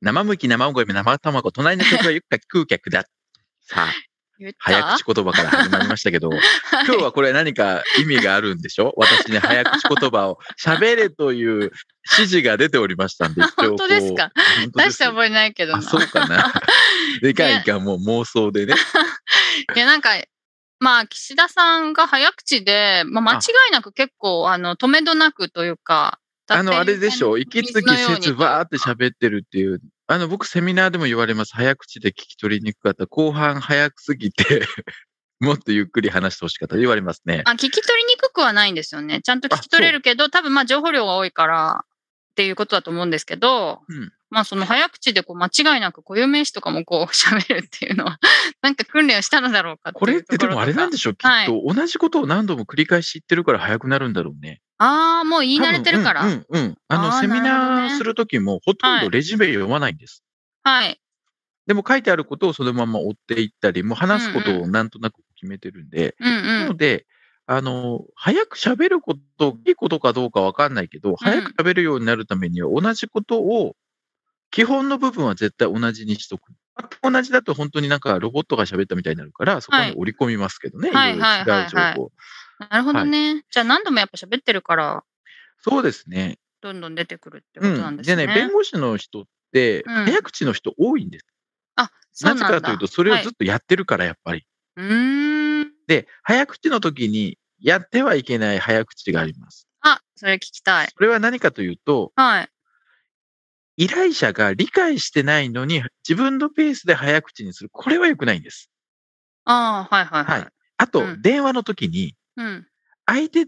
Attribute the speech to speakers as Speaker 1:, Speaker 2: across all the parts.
Speaker 1: 生麦、生声、生卵、隣の客はよく食う客だ。さあ、
Speaker 2: 言った
Speaker 1: 早口言葉から始まりましたけ ど、今日はこれ何か意味があるんでしょ私ね、早口言葉を喋れという指示が出ておりましたんで、一応こう
Speaker 2: 本当ですか
Speaker 1: 本当で
Speaker 2: 大し
Speaker 1: す
Speaker 2: て覚えないけどな
Speaker 1: あ、そうか な。でかいか、もう妄想でね。
Speaker 2: いや、なんか、まあ、岸田さんが早口で、まあ、間違いなく結構、あの、止めどなくというか、
Speaker 1: あの、あれでしょう、息継ぎせずわーってて喋ってるっていう。あの、僕、セミナーでも言われます。早口で聞き取りにくかった。後半早くすぎて、 もっとゆっくり話してほしかった。言われますね。
Speaker 2: あ、聞き取りにくくはないんですよね。ちゃんと聞き取れるけど、多分、まあ、情報量が多いから、っていうことだと思うんですけど、
Speaker 1: うん
Speaker 2: まあ、その早口で、こう、間違いなく固有名詞とかもこう、 喋るっていうのは、なんか訓練をしたのだろうかって
Speaker 1: こ
Speaker 2: い
Speaker 1: れっ
Speaker 2: うと
Speaker 1: て
Speaker 2: こ
Speaker 1: で
Speaker 2: ろと
Speaker 1: も
Speaker 2: か
Speaker 1: あれなんでしょう、き
Speaker 2: は
Speaker 1: っ
Speaker 2: い
Speaker 1: と。同じことを何度も繰り返し言ってるから早くなるんだろうね。
Speaker 2: ああ、もう言い慣れてるから。
Speaker 1: 多分うん、うん、うん。あの、
Speaker 2: あー
Speaker 1: セミ
Speaker 2: なる
Speaker 1: ナ
Speaker 2: ほど
Speaker 1: ー
Speaker 2: ね
Speaker 1: するときも、ほとん
Speaker 2: はい
Speaker 1: どレジュメ読まないんです。
Speaker 2: はい。
Speaker 1: でも書いてあることをそのまま追っていったり、もう話すことをなんとなく決めてるんで、
Speaker 2: うんう。
Speaker 1: なんので、あの、早く喋ること、いいことかどうかわかんないけど、早く喋るようになるためには同じことを、基本の部分は絶対同じにしとく。同じだと本当になんかロボットが喋ったみたいになるから、そこ
Speaker 2: はい
Speaker 1: に織り込みますけどね、
Speaker 2: はい
Speaker 1: いろいろ
Speaker 2: はい
Speaker 1: 違う情
Speaker 2: はいはい
Speaker 1: 報。
Speaker 2: なるほどね。じゃあ、何度もやっぱ喋ってるから、
Speaker 1: そうですね。
Speaker 2: どんどん出てくるってこ
Speaker 1: う
Speaker 2: となん
Speaker 1: ん。
Speaker 2: です
Speaker 1: で
Speaker 2: ね。
Speaker 1: ね、弁護士の人って、
Speaker 2: うん
Speaker 1: 早口の人多いんです。
Speaker 2: あ、そう
Speaker 1: な
Speaker 2: なん
Speaker 1: ぜ
Speaker 2: だ。
Speaker 1: かというと、それを
Speaker 2: はい
Speaker 1: ずっとやってるから、やっぱり。
Speaker 2: うーん。
Speaker 1: で、早口の時にやってはいけない早口があります。
Speaker 2: あ、それ聞きたい。
Speaker 1: それは何かというと、
Speaker 2: はい。
Speaker 1: 依頼者が理解してないのに自分のペースで早口にする。これは良くないんです。
Speaker 2: ああ、はいはいはい。
Speaker 1: はいあと、
Speaker 2: うん
Speaker 1: 電話の時に、
Speaker 2: うん、
Speaker 1: 相手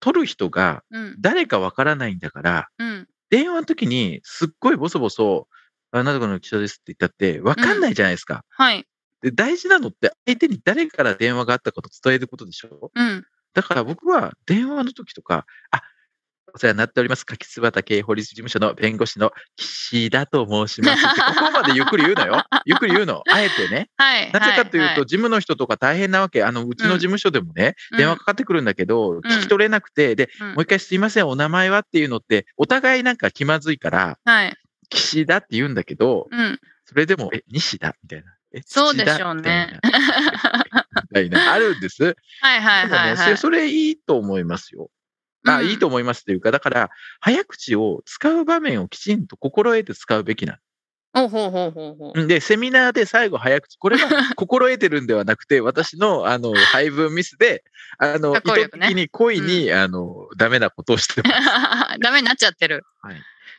Speaker 1: 取る人が
Speaker 2: うん、
Speaker 1: 誰かわからないんだから、
Speaker 2: うん。
Speaker 1: 電話の時にすっごいボソボソ、あなたこの記者ですって言ったって、わかんないじゃないですか。
Speaker 2: はい。
Speaker 1: で大事なのって、相手に誰から電話があったことを伝えることでしょ
Speaker 2: うん。
Speaker 1: だから僕は電話の時とか、あ、お世話になっております。柿椿系法律事務所の弁護士の岸田と申しますって。ここまでゆっくり言うのよ。 ゆっくり言うの。あえてね。
Speaker 2: はい。
Speaker 1: なぜかというと、
Speaker 2: はは
Speaker 1: 事務の人とか大変なわけ。あの、うちの事務所でもね、電話かかってくるんだけど、聞き取れなくて、で、
Speaker 2: うんうん
Speaker 1: もう一回すいません、お名前はっていうのって、お互いなんか気まずいから、
Speaker 2: うん、はい。
Speaker 1: 岸田って言うんだけど、
Speaker 2: うん。
Speaker 1: それでも、え、西田みたいな。え
Speaker 2: そうでしょうね。
Speaker 1: 土田みたいなみ たいな、あるんです。
Speaker 2: はいはい
Speaker 1: でも
Speaker 2: はい
Speaker 1: ね、そ
Speaker 2: は
Speaker 1: れ
Speaker 2: い。
Speaker 1: それいいと思いますよ。あ、
Speaker 2: うん
Speaker 1: いいと思いますというか、だから、早口を使う場面をきちんと心得て使うべきな
Speaker 2: ほうほうほうほうほう。
Speaker 1: の。で、セミナーで最後早口、これ は心得てるんではなくて、私の、あの、配分ミスで、あの、
Speaker 2: 過
Speaker 1: 意
Speaker 2: 去
Speaker 1: 図
Speaker 2: 力ね
Speaker 1: 的に故意に、あの、ダメなことをして ます。
Speaker 2: ダメになっちゃってる。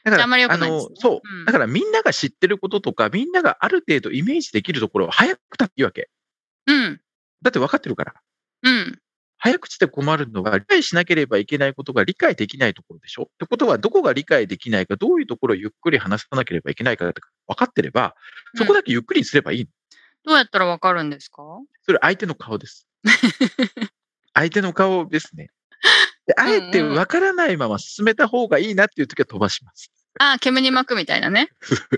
Speaker 1: だから、
Speaker 2: じゃああんまり良くないです
Speaker 1: の
Speaker 2: ね、
Speaker 1: そうう。
Speaker 2: ん
Speaker 1: だから、みんなが知ってることとか、みんながある程度イメージできるところを早くたっていいわけ。
Speaker 2: うん。
Speaker 1: だって分かってるから。
Speaker 2: うん。
Speaker 1: 早口で困るのは、理解しなければいけないことが理解できないところでしょってことは、どこが理解できないか、どういうところをゆっくり話さなければいけないかって分かってれば、そこだけゆっくりすればいいの。
Speaker 2: どうやったらわかるんですか
Speaker 1: それ相手の顔です。相手の顔ですね。であえて
Speaker 2: うんうん
Speaker 1: 分からないまま進めた方がいいなっていう時は飛ばします。
Speaker 2: あ、煙に巻くみたいな ね。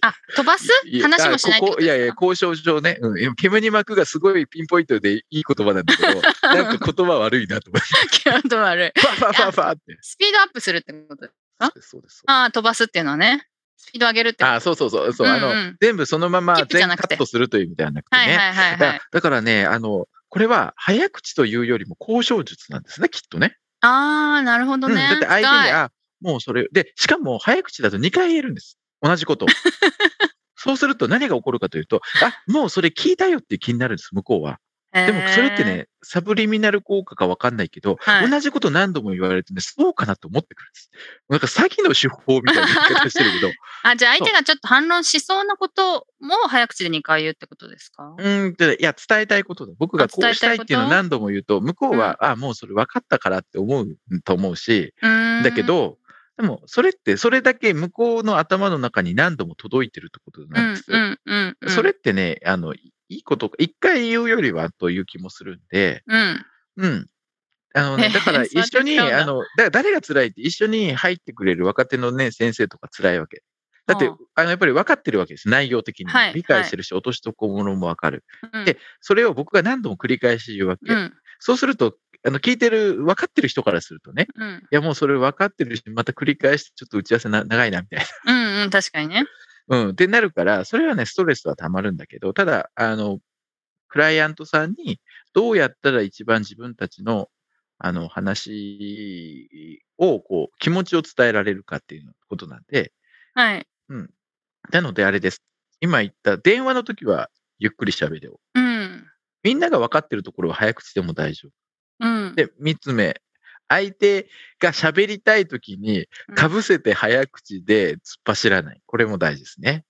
Speaker 2: あ、飛ばす
Speaker 1: いや
Speaker 2: 話もしないって
Speaker 1: こ
Speaker 2: こ
Speaker 1: こといやい
Speaker 2: で
Speaker 1: や
Speaker 2: す、か
Speaker 1: 交渉上ね、うんいや、煙幕がすごいピンポイントでいい言葉なんだけど、なんか言葉悪いなと思 って、
Speaker 2: 気が止まる。
Speaker 1: ファファファファって。
Speaker 2: スピードアップするってこと
Speaker 1: そ
Speaker 2: あ
Speaker 1: うですそうです。
Speaker 2: ああ、飛ばすっていうのはね。スピード上げるってこと
Speaker 1: あーそうそうそうそう、
Speaker 2: うんうん
Speaker 1: あの全部そのまま
Speaker 2: キップじゃ
Speaker 1: 全
Speaker 2: な
Speaker 1: カ
Speaker 2: くて
Speaker 1: ットするという意味ではなくてね、
Speaker 2: はいはいはい
Speaker 1: だ
Speaker 2: はい。
Speaker 1: だからねあのこれは早口というよりも交渉術なんですねきっとね
Speaker 2: ああ、なるほど
Speaker 1: うん、
Speaker 2: ね。
Speaker 1: だって相手に
Speaker 2: 深い
Speaker 1: あもうそれでしかも早口だと2回言えるんです同じ ことをそうすると何が起こるかというとあもうそれ聞いたよっていう気になるんです向こうはでもそれって、
Speaker 2: へー
Speaker 1: ねサブリミナル効果か分かんないけど、
Speaker 2: はい
Speaker 1: 同じこと何度も言われるとねそうかなと思ってくるんですなんか詐欺の手法みたいな言い方してるけど
Speaker 2: あ、じゃあ相手がちょっと反論しそうなことも早口で2回言うってことですか
Speaker 1: うーんとね、いや、伝えたいことだ。僕がこ
Speaker 2: あ伝
Speaker 1: う
Speaker 2: え
Speaker 1: したた
Speaker 2: い
Speaker 1: い
Speaker 2: こと
Speaker 1: っていうのを何度も言うと、向こうは、あ、もうそれ分かったからって思うと思うし、
Speaker 2: うーん
Speaker 1: だけ、ど、でも、それって、それだけ向こうの頭の中に何度も届いてるってこと
Speaker 2: う
Speaker 1: なんで
Speaker 2: ん
Speaker 1: すよ。
Speaker 2: うんうんうん。
Speaker 1: それってね、あの、いいいこと、一回言うよりはという気もするんで、
Speaker 2: うん。
Speaker 1: うん。あ のね、だから
Speaker 2: そうやっ
Speaker 1: 一
Speaker 2: て
Speaker 1: 緒
Speaker 2: 違うん
Speaker 1: に、
Speaker 2: だ
Speaker 1: あの、だ誰が辛いって一緒に入ってくれる若手のね、先生とか辛いわけ。だって
Speaker 2: うん、
Speaker 1: あの、やっぱり分かってるわけです。内容的に
Speaker 2: はい。
Speaker 1: 理解してるし、落としどころも分かる。
Speaker 2: うん
Speaker 1: でそれを僕が何度も繰り返し言うわけ
Speaker 2: う。ん
Speaker 1: そうすると、あの、聞いてる、分かってる人からするとね、
Speaker 2: う
Speaker 1: い
Speaker 2: ん
Speaker 1: や、もうそれ分かってるし、また繰り返して、ちょっと打ち合わせな長いな、みたいな。
Speaker 2: うんうん確かにね。
Speaker 1: うん、ってなるから、それはね、ストレスはたまるんだけど、ただ、あの、クライアントさんに、どうやったら一番自分たちの、あの、話を、こう、気持ちを伝えられるかっていうことなんで、
Speaker 2: はい。
Speaker 1: なのであれです。今言った、電話の時は、ゆっくり喋れよ。
Speaker 2: うん
Speaker 1: みんなが分かってるところは早口でも大丈
Speaker 2: うん
Speaker 1: 夫。。で、三つ目、相手が喋りたい時に、
Speaker 2: うん
Speaker 1: かぶせて早口で突っ走らない。これも大事ですね。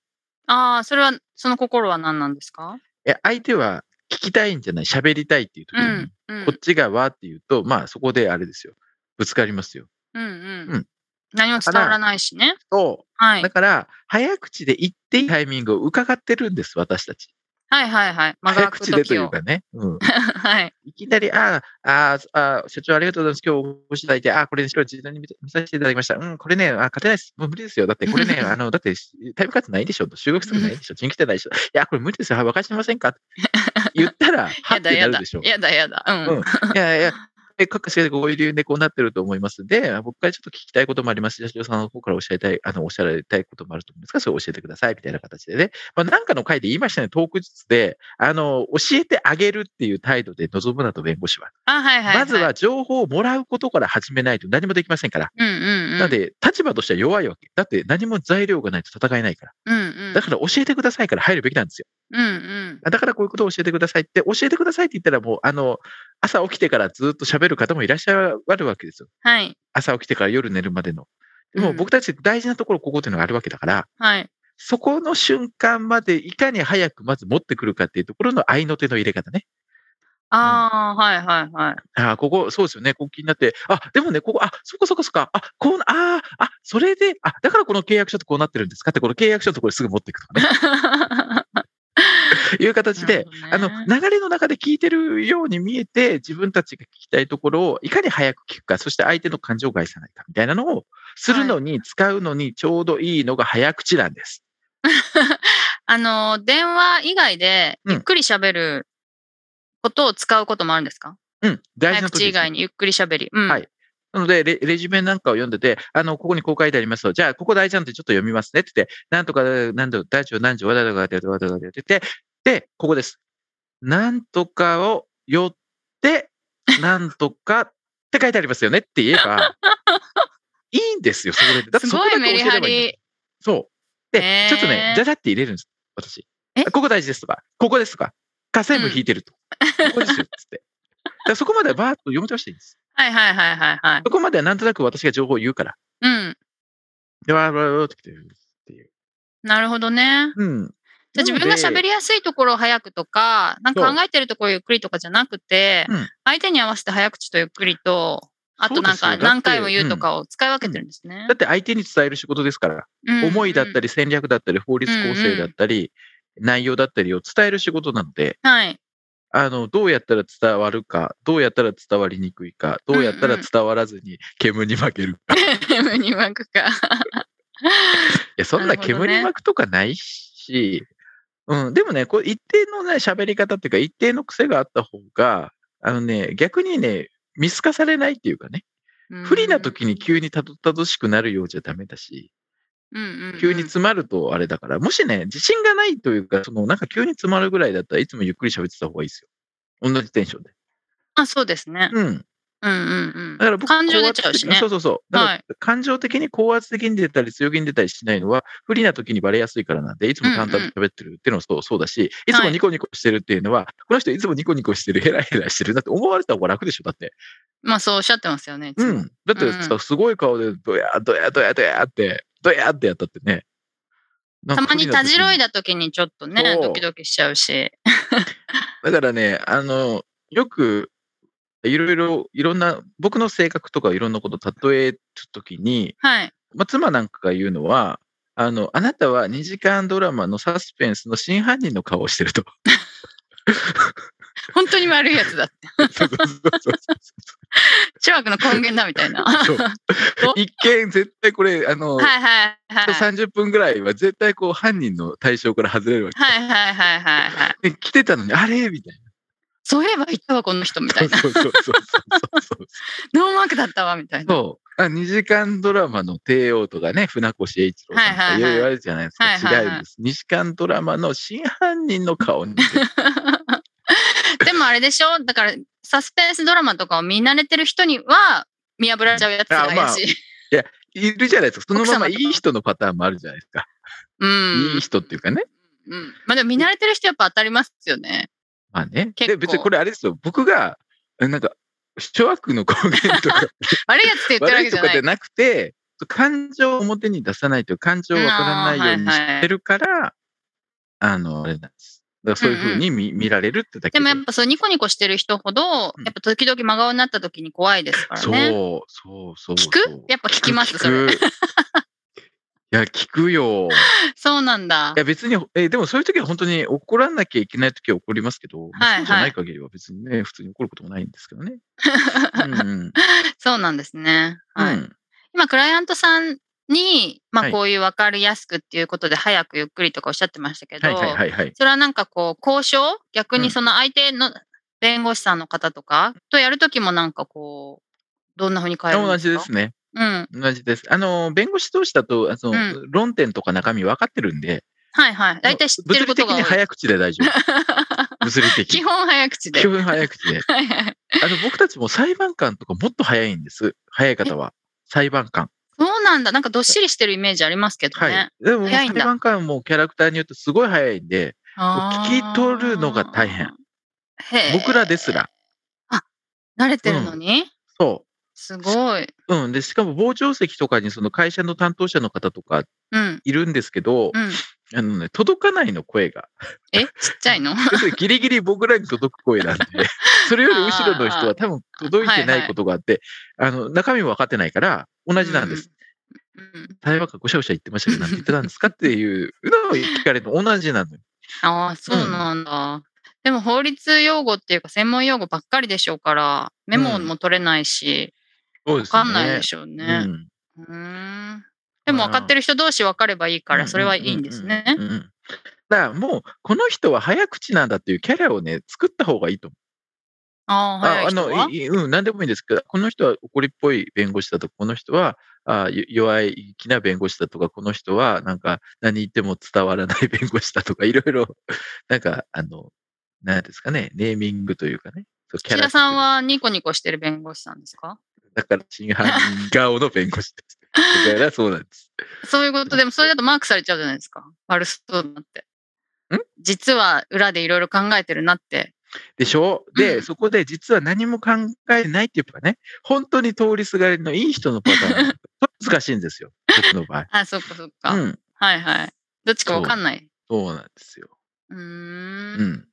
Speaker 2: ああ、それは、その心は何なんですか
Speaker 1: え、相手は聞きたいんじゃない、喋りたいっていう時
Speaker 2: う
Speaker 1: に、
Speaker 2: ん。うん
Speaker 1: こっちがわーって言うと、まあそこであれですよ。ぶつかりますよ。
Speaker 2: うんう
Speaker 1: うんん。
Speaker 2: 何も伝わらないしね。
Speaker 1: そ
Speaker 2: は
Speaker 1: う。
Speaker 2: い
Speaker 1: だ。から、早口で言っていいタイミングを伺ってるんです、私たち。
Speaker 2: はいはいはい。
Speaker 1: 早
Speaker 2: 間が空く
Speaker 1: 口でと
Speaker 2: 時
Speaker 1: いう
Speaker 2: を。
Speaker 1: かね。うん、
Speaker 2: はい。
Speaker 1: いきなり、あーあー、あー社長ありがとうございます。今日お越しいただいて、あーこれ、ね、今日事前に見て見させていただきました。うん、これね、あー勝てないです。もう無理ですよ。だって、これ ね、あの、だって、タイムカットないでしょ。修学するないでしょ。人来てないでしょ。いや、これ無理ですよ。はい、わかりませんか。言った ら、は
Speaker 2: や
Speaker 1: っ
Speaker 2: だ
Speaker 1: て
Speaker 2: や
Speaker 1: な
Speaker 2: だ
Speaker 1: るでしょ。。
Speaker 2: やだやだ。うん
Speaker 1: うん。いやいや、え各社でご理由でこうなってると思いますんで、僕からちょっと聞きたいこともありますし、社長さんの方からおっしゃりたい、あの、おっしゃられたいこともあると思うんですが、それを教えてください、みたいな形でね。まあ、なんかの回で言いましたね、トーク術で、あの、教えてあげるっていう態度で臨むなと弁護士は。
Speaker 2: あ、はいはいい。
Speaker 1: まずは情報をもらうことから始めないと何もできませんから。
Speaker 2: うんうんうん。
Speaker 1: なので、立場としては弱いわけ。だって何も材料がないと戦えないから。
Speaker 2: うんうん。
Speaker 1: だから教えてくださいから入るべきなんですよ。
Speaker 2: うんうん。
Speaker 1: だからこういうことを教えてくださいって、教えてくださいって言ったらもう、あの、朝起きてからずっと喋る方もいらっしゃるわけですよ。
Speaker 2: はい。
Speaker 1: 朝起きてから夜寝るまでの。で
Speaker 2: う
Speaker 1: も
Speaker 2: ん
Speaker 1: 僕たち大事なところ、ここっていうのがあるわけだから、
Speaker 2: はい。
Speaker 1: そこの瞬間までいかに早くまず持ってくるかっていうところの合いの手の入れ方ね。
Speaker 2: ああ、はいはいはい。
Speaker 1: ああ、ここ、そうですよね。ここ気になって、あ、でもね、ここ、あ、そこそこそこ、あ、こうな、ああ、あ、それで、あ、だからこの契約書ってこうなってるんですかって、この契約書のところにすぐ持っていくとか ね、いう形で、あの、
Speaker 2: なるほどね
Speaker 1: 流れの中で聞いてるように見えて、自分たちが聞きたいところをいかに早く聞くか、そして相手の感情を害さないか、みたいなのをするのに、使うのにちょうどいいのが早口なんです。
Speaker 2: あの、電話以外で、
Speaker 1: うん
Speaker 2: ゆっくり喋ることを使うこともあるんですか
Speaker 1: うん、大事
Speaker 2: 早
Speaker 1: な時
Speaker 2: 口
Speaker 1: で
Speaker 2: 以
Speaker 1: す
Speaker 2: 外にゆっくり喋り。うん。
Speaker 1: はいなのでレ、レジュメなんかを読んでて、あの、ここにこう書いてありますよ。じゃあ、ここ大事なんでちょっと読みますねって言って、なんとか、なんとか、大丈夫、何時、わだだが、わだだが、わだだがって言って、で、ここです。なんとかをよ って、なんとかって書いてありますよねって言えば、いいんですよ、そこで。だって
Speaker 2: す
Speaker 1: そこ
Speaker 2: ご
Speaker 1: だけ
Speaker 2: いメリ
Speaker 1: 教え
Speaker 2: ハ
Speaker 1: ればいいんだ。
Speaker 2: リ。
Speaker 1: そう。で
Speaker 2: へー、
Speaker 1: ちょっとね、じゃじゃって入れるんです、私
Speaker 2: え。
Speaker 1: ここ大事ですとか、ここですとか、下線部引いてると。ここですよ、つって。だからそこまではバーッと読み通していいんです。
Speaker 2: はいはいはいはいはい。
Speaker 1: そこまではなんとなく私が情報を言うから。
Speaker 2: うん。
Speaker 1: で、わーわーわーって来てるっていう。
Speaker 2: なるほどね。
Speaker 1: うん。
Speaker 2: じゃあ自分が喋りやすいところを早くとか、なんか
Speaker 1: そう
Speaker 2: 考えてるところをゆっくりとかじゃなくて、
Speaker 1: うん
Speaker 2: 相手に合わせて早口とゆっくりと、あとなん
Speaker 1: そうですよ
Speaker 2: か
Speaker 1: だって
Speaker 2: 何回も言うとかを使い分けてるんですね
Speaker 1: だっ。て相手に伝える仕事ですから、
Speaker 2: うん
Speaker 1: 思いだったり戦略だったり法律構成だったり、内容だったりを伝える仕事なので、
Speaker 2: はい。
Speaker 1: あの、どうやったら伝わるか、どうやったら伝わりにくいか、どうやったら伝わらずに煙に負けるか。い
Speaker 2: ムに巻くか。
Speaker 1: や、そんな煙に巻くとかないし、うん、でもね、こう一定のね、喋り方っていうか、一定の癖があった方が、あのね、逆にね、見透かされないっていうかね、不利な時に急にたどたどしくなるようじゃダメだし、
Speaker 2: うん、うんうんうん
Speaker 1: 急に詰まるとあれだから、もしね、自信がないというか、そのなんか急に詰まるぐらいだったらいつもゆっくり喋ってた方がいいですよ。同じテンションで。
Speaker 2: あ、そうですね。
Speaker 1: うん。
Speaker 2: うんうん
Speaker 1: だから僕
Speaker 2: 感情出ちゃうしね
Speaker 1: 高圧的そうそうそう。だから
Speaker 2: はい
Speaker 1: 感情的に高圧的に出たり強気に出たりしないのは、不利な時にバレやすいからなんで、いつも淡々と喋ってるっていうのもそうそうだし、いつ
Speaker 2: は
Speaker 1: も
Speaker 2: い
Speaker 1: ニコニコしてるっていうのは、この人いつもニコニコしてる、ヘラヘラしてる。だって思われた方が楽でしょ、だって。
Speaker 2: うん。まあそうおっしゃってますよね。いつ
Speaker 1: う
Speaker 2: も
Speaker 1: ん。だって
Speaker 2: う
Speaker 1: さ、すごい顔で、ドヤドヤドヤドヤって、ドヤってやったってね。なん
Speaker 2: た
Speaker 1: か
Speaker 2: まにたじろ
Speaker 1: 不
Speaker 2: い
Speaker 1: 利な時
Speaker 2: だ時にちょっとね、
Speaker 1: そう
Speaker 2: ドキドキしちゃうし。
Speaker 1: だからね、あの、よく、いろいろ、いろんな、僕の性格とかいろんなことを例えるときに、
Speaker 2: はい。
Speaker 1: まあ、妻なんかが言うのは、あの、あなたは2時間ドラマのサスペンスの真犯人の顔をして ると。
Speaker 2: 本当に悪いやつだ って。
Speaker 1: そうそうそうそう
Speaker 2: 諸悪の根源だみたいな。
Speaker 1: そう一見、絶対これ、あの、
Speaker 2: はいはいはい。はい
Speaker 1: 30分ぐらいは絶対こう犯人の対象から外れるわけ。
Speaker 2: はいはいはいはい。
Speaker 1: で来てたのに、あれみたい
Speaker 2: そういえばいたわ、この人みた
Speaker 1: な。
Speaker 2: いな。
Speaker 1: そうそうそうそう そうそう。
Speaker 2: ノーマークだったわ、みたいな。
Speaker 1: そう。あ2時間ドラマの帝王とかね、船越英一郎さんと
Speaker 2: はい
Speaker 1: か
Speaker 2: はいはい
Speaker 1: いろいろ言われるじゃないですか。
Speaker 2: はいはいはい
Speaker 1: 違うんです。2時間ドラマの真犯人の顔に。
Speaker 2: でもあれでしょだから、サスペンスドラマとかを見慣れてる人には、見破られちゃうやつが怪しい。
Speaker 1: いるじゃないですか。そのまま
Speaker 2: 奥様
Speaker 1: い
Speaker 2: とか
Speaker 1: い人のパターンもあるじゃないですか。
Speaker 2: うん。
Speaker 1: いい人っていうかね。
Speaker 2: うん。まあでも見慣れてる人やっぱ当たりますよね。
Speaker 1: まあね。
Speaker 2: 結
Speaker 1: で、
Speaker 2: 構
Speaker 1: 別にこれあれですよ。僕が、なんか、諸悪の根源 とか、
Speaker 2: 悪いやつって言ってるわ
Speaker 1: 悪
Speaker 2: け
Speaker 1: い
Speaker 2: じ
Speaker 1: と
Speaker 2: ゃ
Speaker 1: か
Speaker 2: な
Speaker 1: じ
Speaker 2: い
Speaker 1: ゃ。なくて、感情を表に出さないという感情をわからないようにしてるから、あの、あれなんです。だからそういうふうに見,、見られるってだけ
Speaker 2: でもやっぱそうニコニコしてる人ほど、やっぱ時々真顔になった時に怖いですから
Speaker 1: そう
Speaker 2: ね。
Speaker 1: そうそうそう。
Speaker 2: 聞くやっぱ聞きますそれ。
Speaker 1: 聞くいや、聞く よ。い
Speaker 2: そうなんだ。
Speaker 1: や、別に、えでもそういう時は本当に怒らなきゃいけない時は怒りますけど、まあ
Speaker 2: はい
Speaker 1: そうじゃ
Speaker 2: は
Speaker 1: ないい限りは別にね、普通に怒ることもないんですけ どね。うんうん
Speaker 2: そうなんですね。 はい。
Speaker 1: うん
Speaker 2: 今、クライアントさんに、ま
Speaker 1: は
Speaker 2: あ、
Speaker 1: い
Speaker 2: こういう分かりやすくっていうことで、早くゆっくりとかおっしゃってましたけど、
Speaker 1: はいはいはいはい。
Speaker 2: それはなんかこう、交渉逆
Speaker 1: う
Speaker 2: に
Speaker 1: ん
Speaker 2: その相手の弁護士さんの方とかとやるときもなんかこう、どんな風に変えるん
Speaker 1: 同
Speaker 2: です
Speaker 1: じ
Speaker 2: か
Speaker 1: ですね。
Speaker 2: うん。
Speaker 1: 同じです。あの、弁護士同士だと、あの、
Speaker 2: う
Speaker 1: 論点とか中身分かってるんで、
Speaker 2: はいはい。大体知ってることが
Speaker 1: 物理的に
Speaker 2: 多い。
Speaker 1: 早口で大 丈夫。物理的
Speaker 2: 基
Speaker 1: に。
Speaker 2: 本早口 で。
Speaker 1: 基本早口で。
Speaker 2: はいはい
Speaker 1: あの、僕たちも裁判官とかもっと早いんです。早い方は。裁判官。
Speaker 2: そうなんだ。なんかどっしりしてるイメージありますけど
Speaker 1: はい
Speaker 2: ね。。
Speaker 1: でも、
Speaker 2: 早い
Speaker 1: 裁
Speaker 2: んだ
Speaker 1: 判官もキャラクターによってすごい早いんで、
Speaker 2: あー
Speaker 1: 聞き取るのが大変。
Speaker 2: へー
Speaker 1: 僕らですら。
Speaker 2: 慣れてるのに、
Speaker 1: そ
Speaker 2: すごい。
Speaker 1: う。うん。で、しかも傍聴席とかにその会社の担当者の方とか
Speaker 2: うん。
Speaker 1: いるんですけど、
Speaker 2: うん。
Speaker 1: あのね、届かないの声が。
Speaker 2: え、ちっちゃいの
Speaker 1: 要する にギリギリ僕らに届く声なんで、それより後ろの人は多分届いてないことがあって、あの、中身も分かってないから、同じなんです。
Speaker 2: うん。
Speaker 1: 裁判官ごしゃごしゃ言ってましたけど、なんて言ってたんですかっていうのを聞かれるの同じなのよ。
Speaker 2: ああ、そうなんだ。でも法律用語っていうか専門用語ばっかりでしょうから、メモも取れないし、
Speaker 1: そう
Speaker 2: わかんないでしょう
Speaker 1: ょ
Speaker 2: ね。
Speaker 1: ん。
Speaker 2: うーん。でも分かってる人同士分かればいいから、それはいいんですね
Speaker 1: う。んうんうんうんだからもう、この人は早口なんだっていうキャラをね、作った方がいいと思う。
Speaker 2: ああ、早い人は
Speaker 1: あのいいうん、何でもいいんですけど、この人は怒りっぽい弁護士だとか、この人はあよ弱い気な弁護士だとか、この人はなんか何言っても伝わらない弁護士だとか、いろいろ、 なんか、あの、なんですかね、ネーミングというかね。そうキ
Speaker 2: 岸田さん
Speaker 1: は
Speaker 2: はニコニコしてる弁護士さんですか
Speaker 1: だから、真犯人顔の弁護士です。だから、そうなんです。
Speaker 2: そういうこと、でもそれだとマークされちゃうじゃないですか。悪そうだなって。
Speaker 1: ん
Speaker 2: 実は裏でいろいろ考えてるなって。
Speaker 1: でしょで、
Speaker 2: うん
Speaker 1: そこで実は何も考えないっていうかね、本当に通りすがりのいい人のパタ ーン。これ難しいんですよ、僕の場
Speaker 2: あ、そっかそっか。
Speaker 1: 合。うん、
Speaker 2: はいはい。どっちかわかんない。
Speaker 1: そうなんですよ。
Speaker 2: うー。
Speaker 1: うん。
Speaker 2: なんる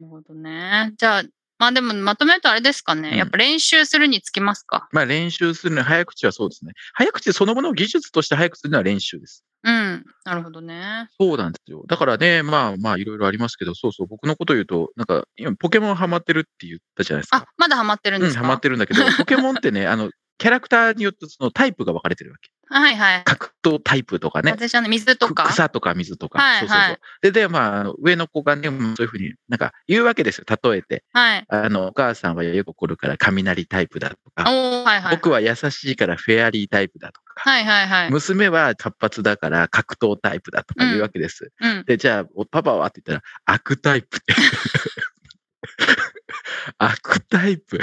Speaker 2: ほどね。じゃあ、まあでもまとめるとあれですかね。
Speaker 1: うん
Speaker 2: やっぱ練習するにつきますか。
Speaker 1: まあ練習するの早口はそうですね。早口そのものを技術として早くするのは練習です。
Speaker 2: うん。なるほどね。
Speaker 1: そうなんですよ。だからね、まあまあいろいろありますけど、そうそう、僕のこと言うと、なんか今ポケモンハマってるって言ったじゃないです
Speaker 2: あ
Speaker 1: か。、
Speaker 2: まだハマってるん
Speaker 1: うん、
Speaker 2: ですか、
Speaker 1: ハマってるんだけど、ポケモンってね、あの、キャラクターによってそのタイプが分かれてるわけ。
Speaker 2: はいはい。
Speaker 1: 格闘タイプとかね。
Speaker 2: 私はね、水とか。
Speaker 1: く草とか水とか。
Speaker 2: はい
Speaker 1: そうそう
Speaker 2: は
Speaker 1: そう
Speaker 2: い。
Speaker 1: で、で、まあ、あの上の子がね、うんそういうふうになんか言うわけですよ。例えて。
Speaker 2: はい。
Speaker 1: あの、お母さんはよく怒るから雷タイプだと
Speaker 2: お
Speaker 1: か、
Speaker 2: ー、はいはい。
Speaker 1: 僕は優しいからフェアリータイプだとか、
Speaker 2: はいはいはい。
Speaker 1: 娘は活発だから格闘タイプだとか
Speaker 2: う
Speaker 1: 言
Speaker 2: ん
Speaker 1: うわけです。
Speaker 2: うん。
Speaker 1: で、じゃあ、おパパはって言ったら、悪タイプ って。悪タイ プ。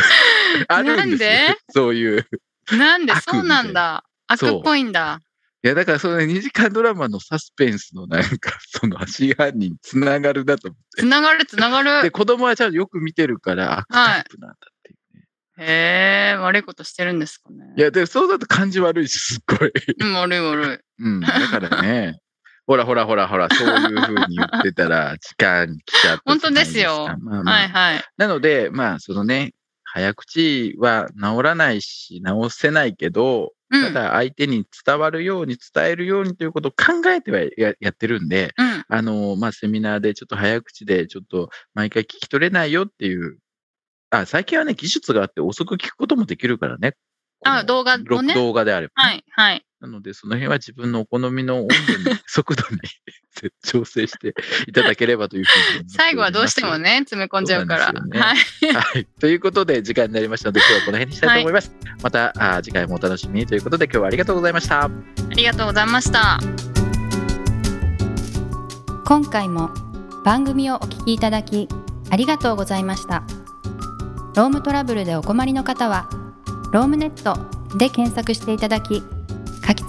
Speaker 1: あるんですよ
Speaker 2: なんで
Speaker 1: そういう。
Speaker 2: なんで
Speaker 1: 悪
Speaker 2: そうなんだ。
Speaker 1: たいな
Speaker 2: 悪っぽいんだ。
Speaker 1: いや、だからその2時間ドラマのサスペンスのなんか、その真犯人つながるなと思って
Speaker 2: つ。ながるつながる。
Speaker 1: で、子供はちゃんとよく見てるから、悪タイプなんだっていうね。
Speaker 2: へえ、悪いことしてるんですかね。
Speaker 1: い、や、でもそうだと感じ悪いし、すっごい。
Speaker 2: うん、悪い悪い。
Speaker 1: うん、だからね。ほらほらほらほら、そういうふうに言って たら、時間来ちゃったじゃないか。
Speaker 2: 本当ですよ
Speaker 1: まあまあ
Speaker 2: はいはい。
Speaker 1: なので、まあ、そのね、早口は治らないし、治せないけど、
Speaker 2: う
Speaker 1: た
Speaker 2: ん。
Speaker 1: だ相手に伝わるように、伝えるようにということを考えてはややってるんで、
Speaker 2: うん。
Speaker 1: あの、まあ、セミナーでちょっと早口で、ちょっと毎回聞き取れないよっていう。あ、最近はね、技術があって遅く聞くこともできるからね。
Speaker 2: あ動画
Speaker 1: 録
Speaker 2: もね
Speaker 1: 動画であればね、
Speaker 2: はい、はい。
Speaker 1: なので、その辺は自分のお好みの温度に、 速度に調整していただければというふうに思っております。
Speaker 2: 最後はどうしてもね、詰め込んじゃうから。
Speaker 1: そうなんですよね
Speaker 2: は い。
Speaker 1: はい。ということで、時間になりましたので、今日はこの辺にしたいと思います。またあ、次回もお楽しみにということで、今日はありがとうございました。
Speaker 2: ありがとうございました。
Speaker 3: 今回も番組をお聞きいただきありがとうございましたロームトラブルでお困りの方はロームネットで検索していただき柿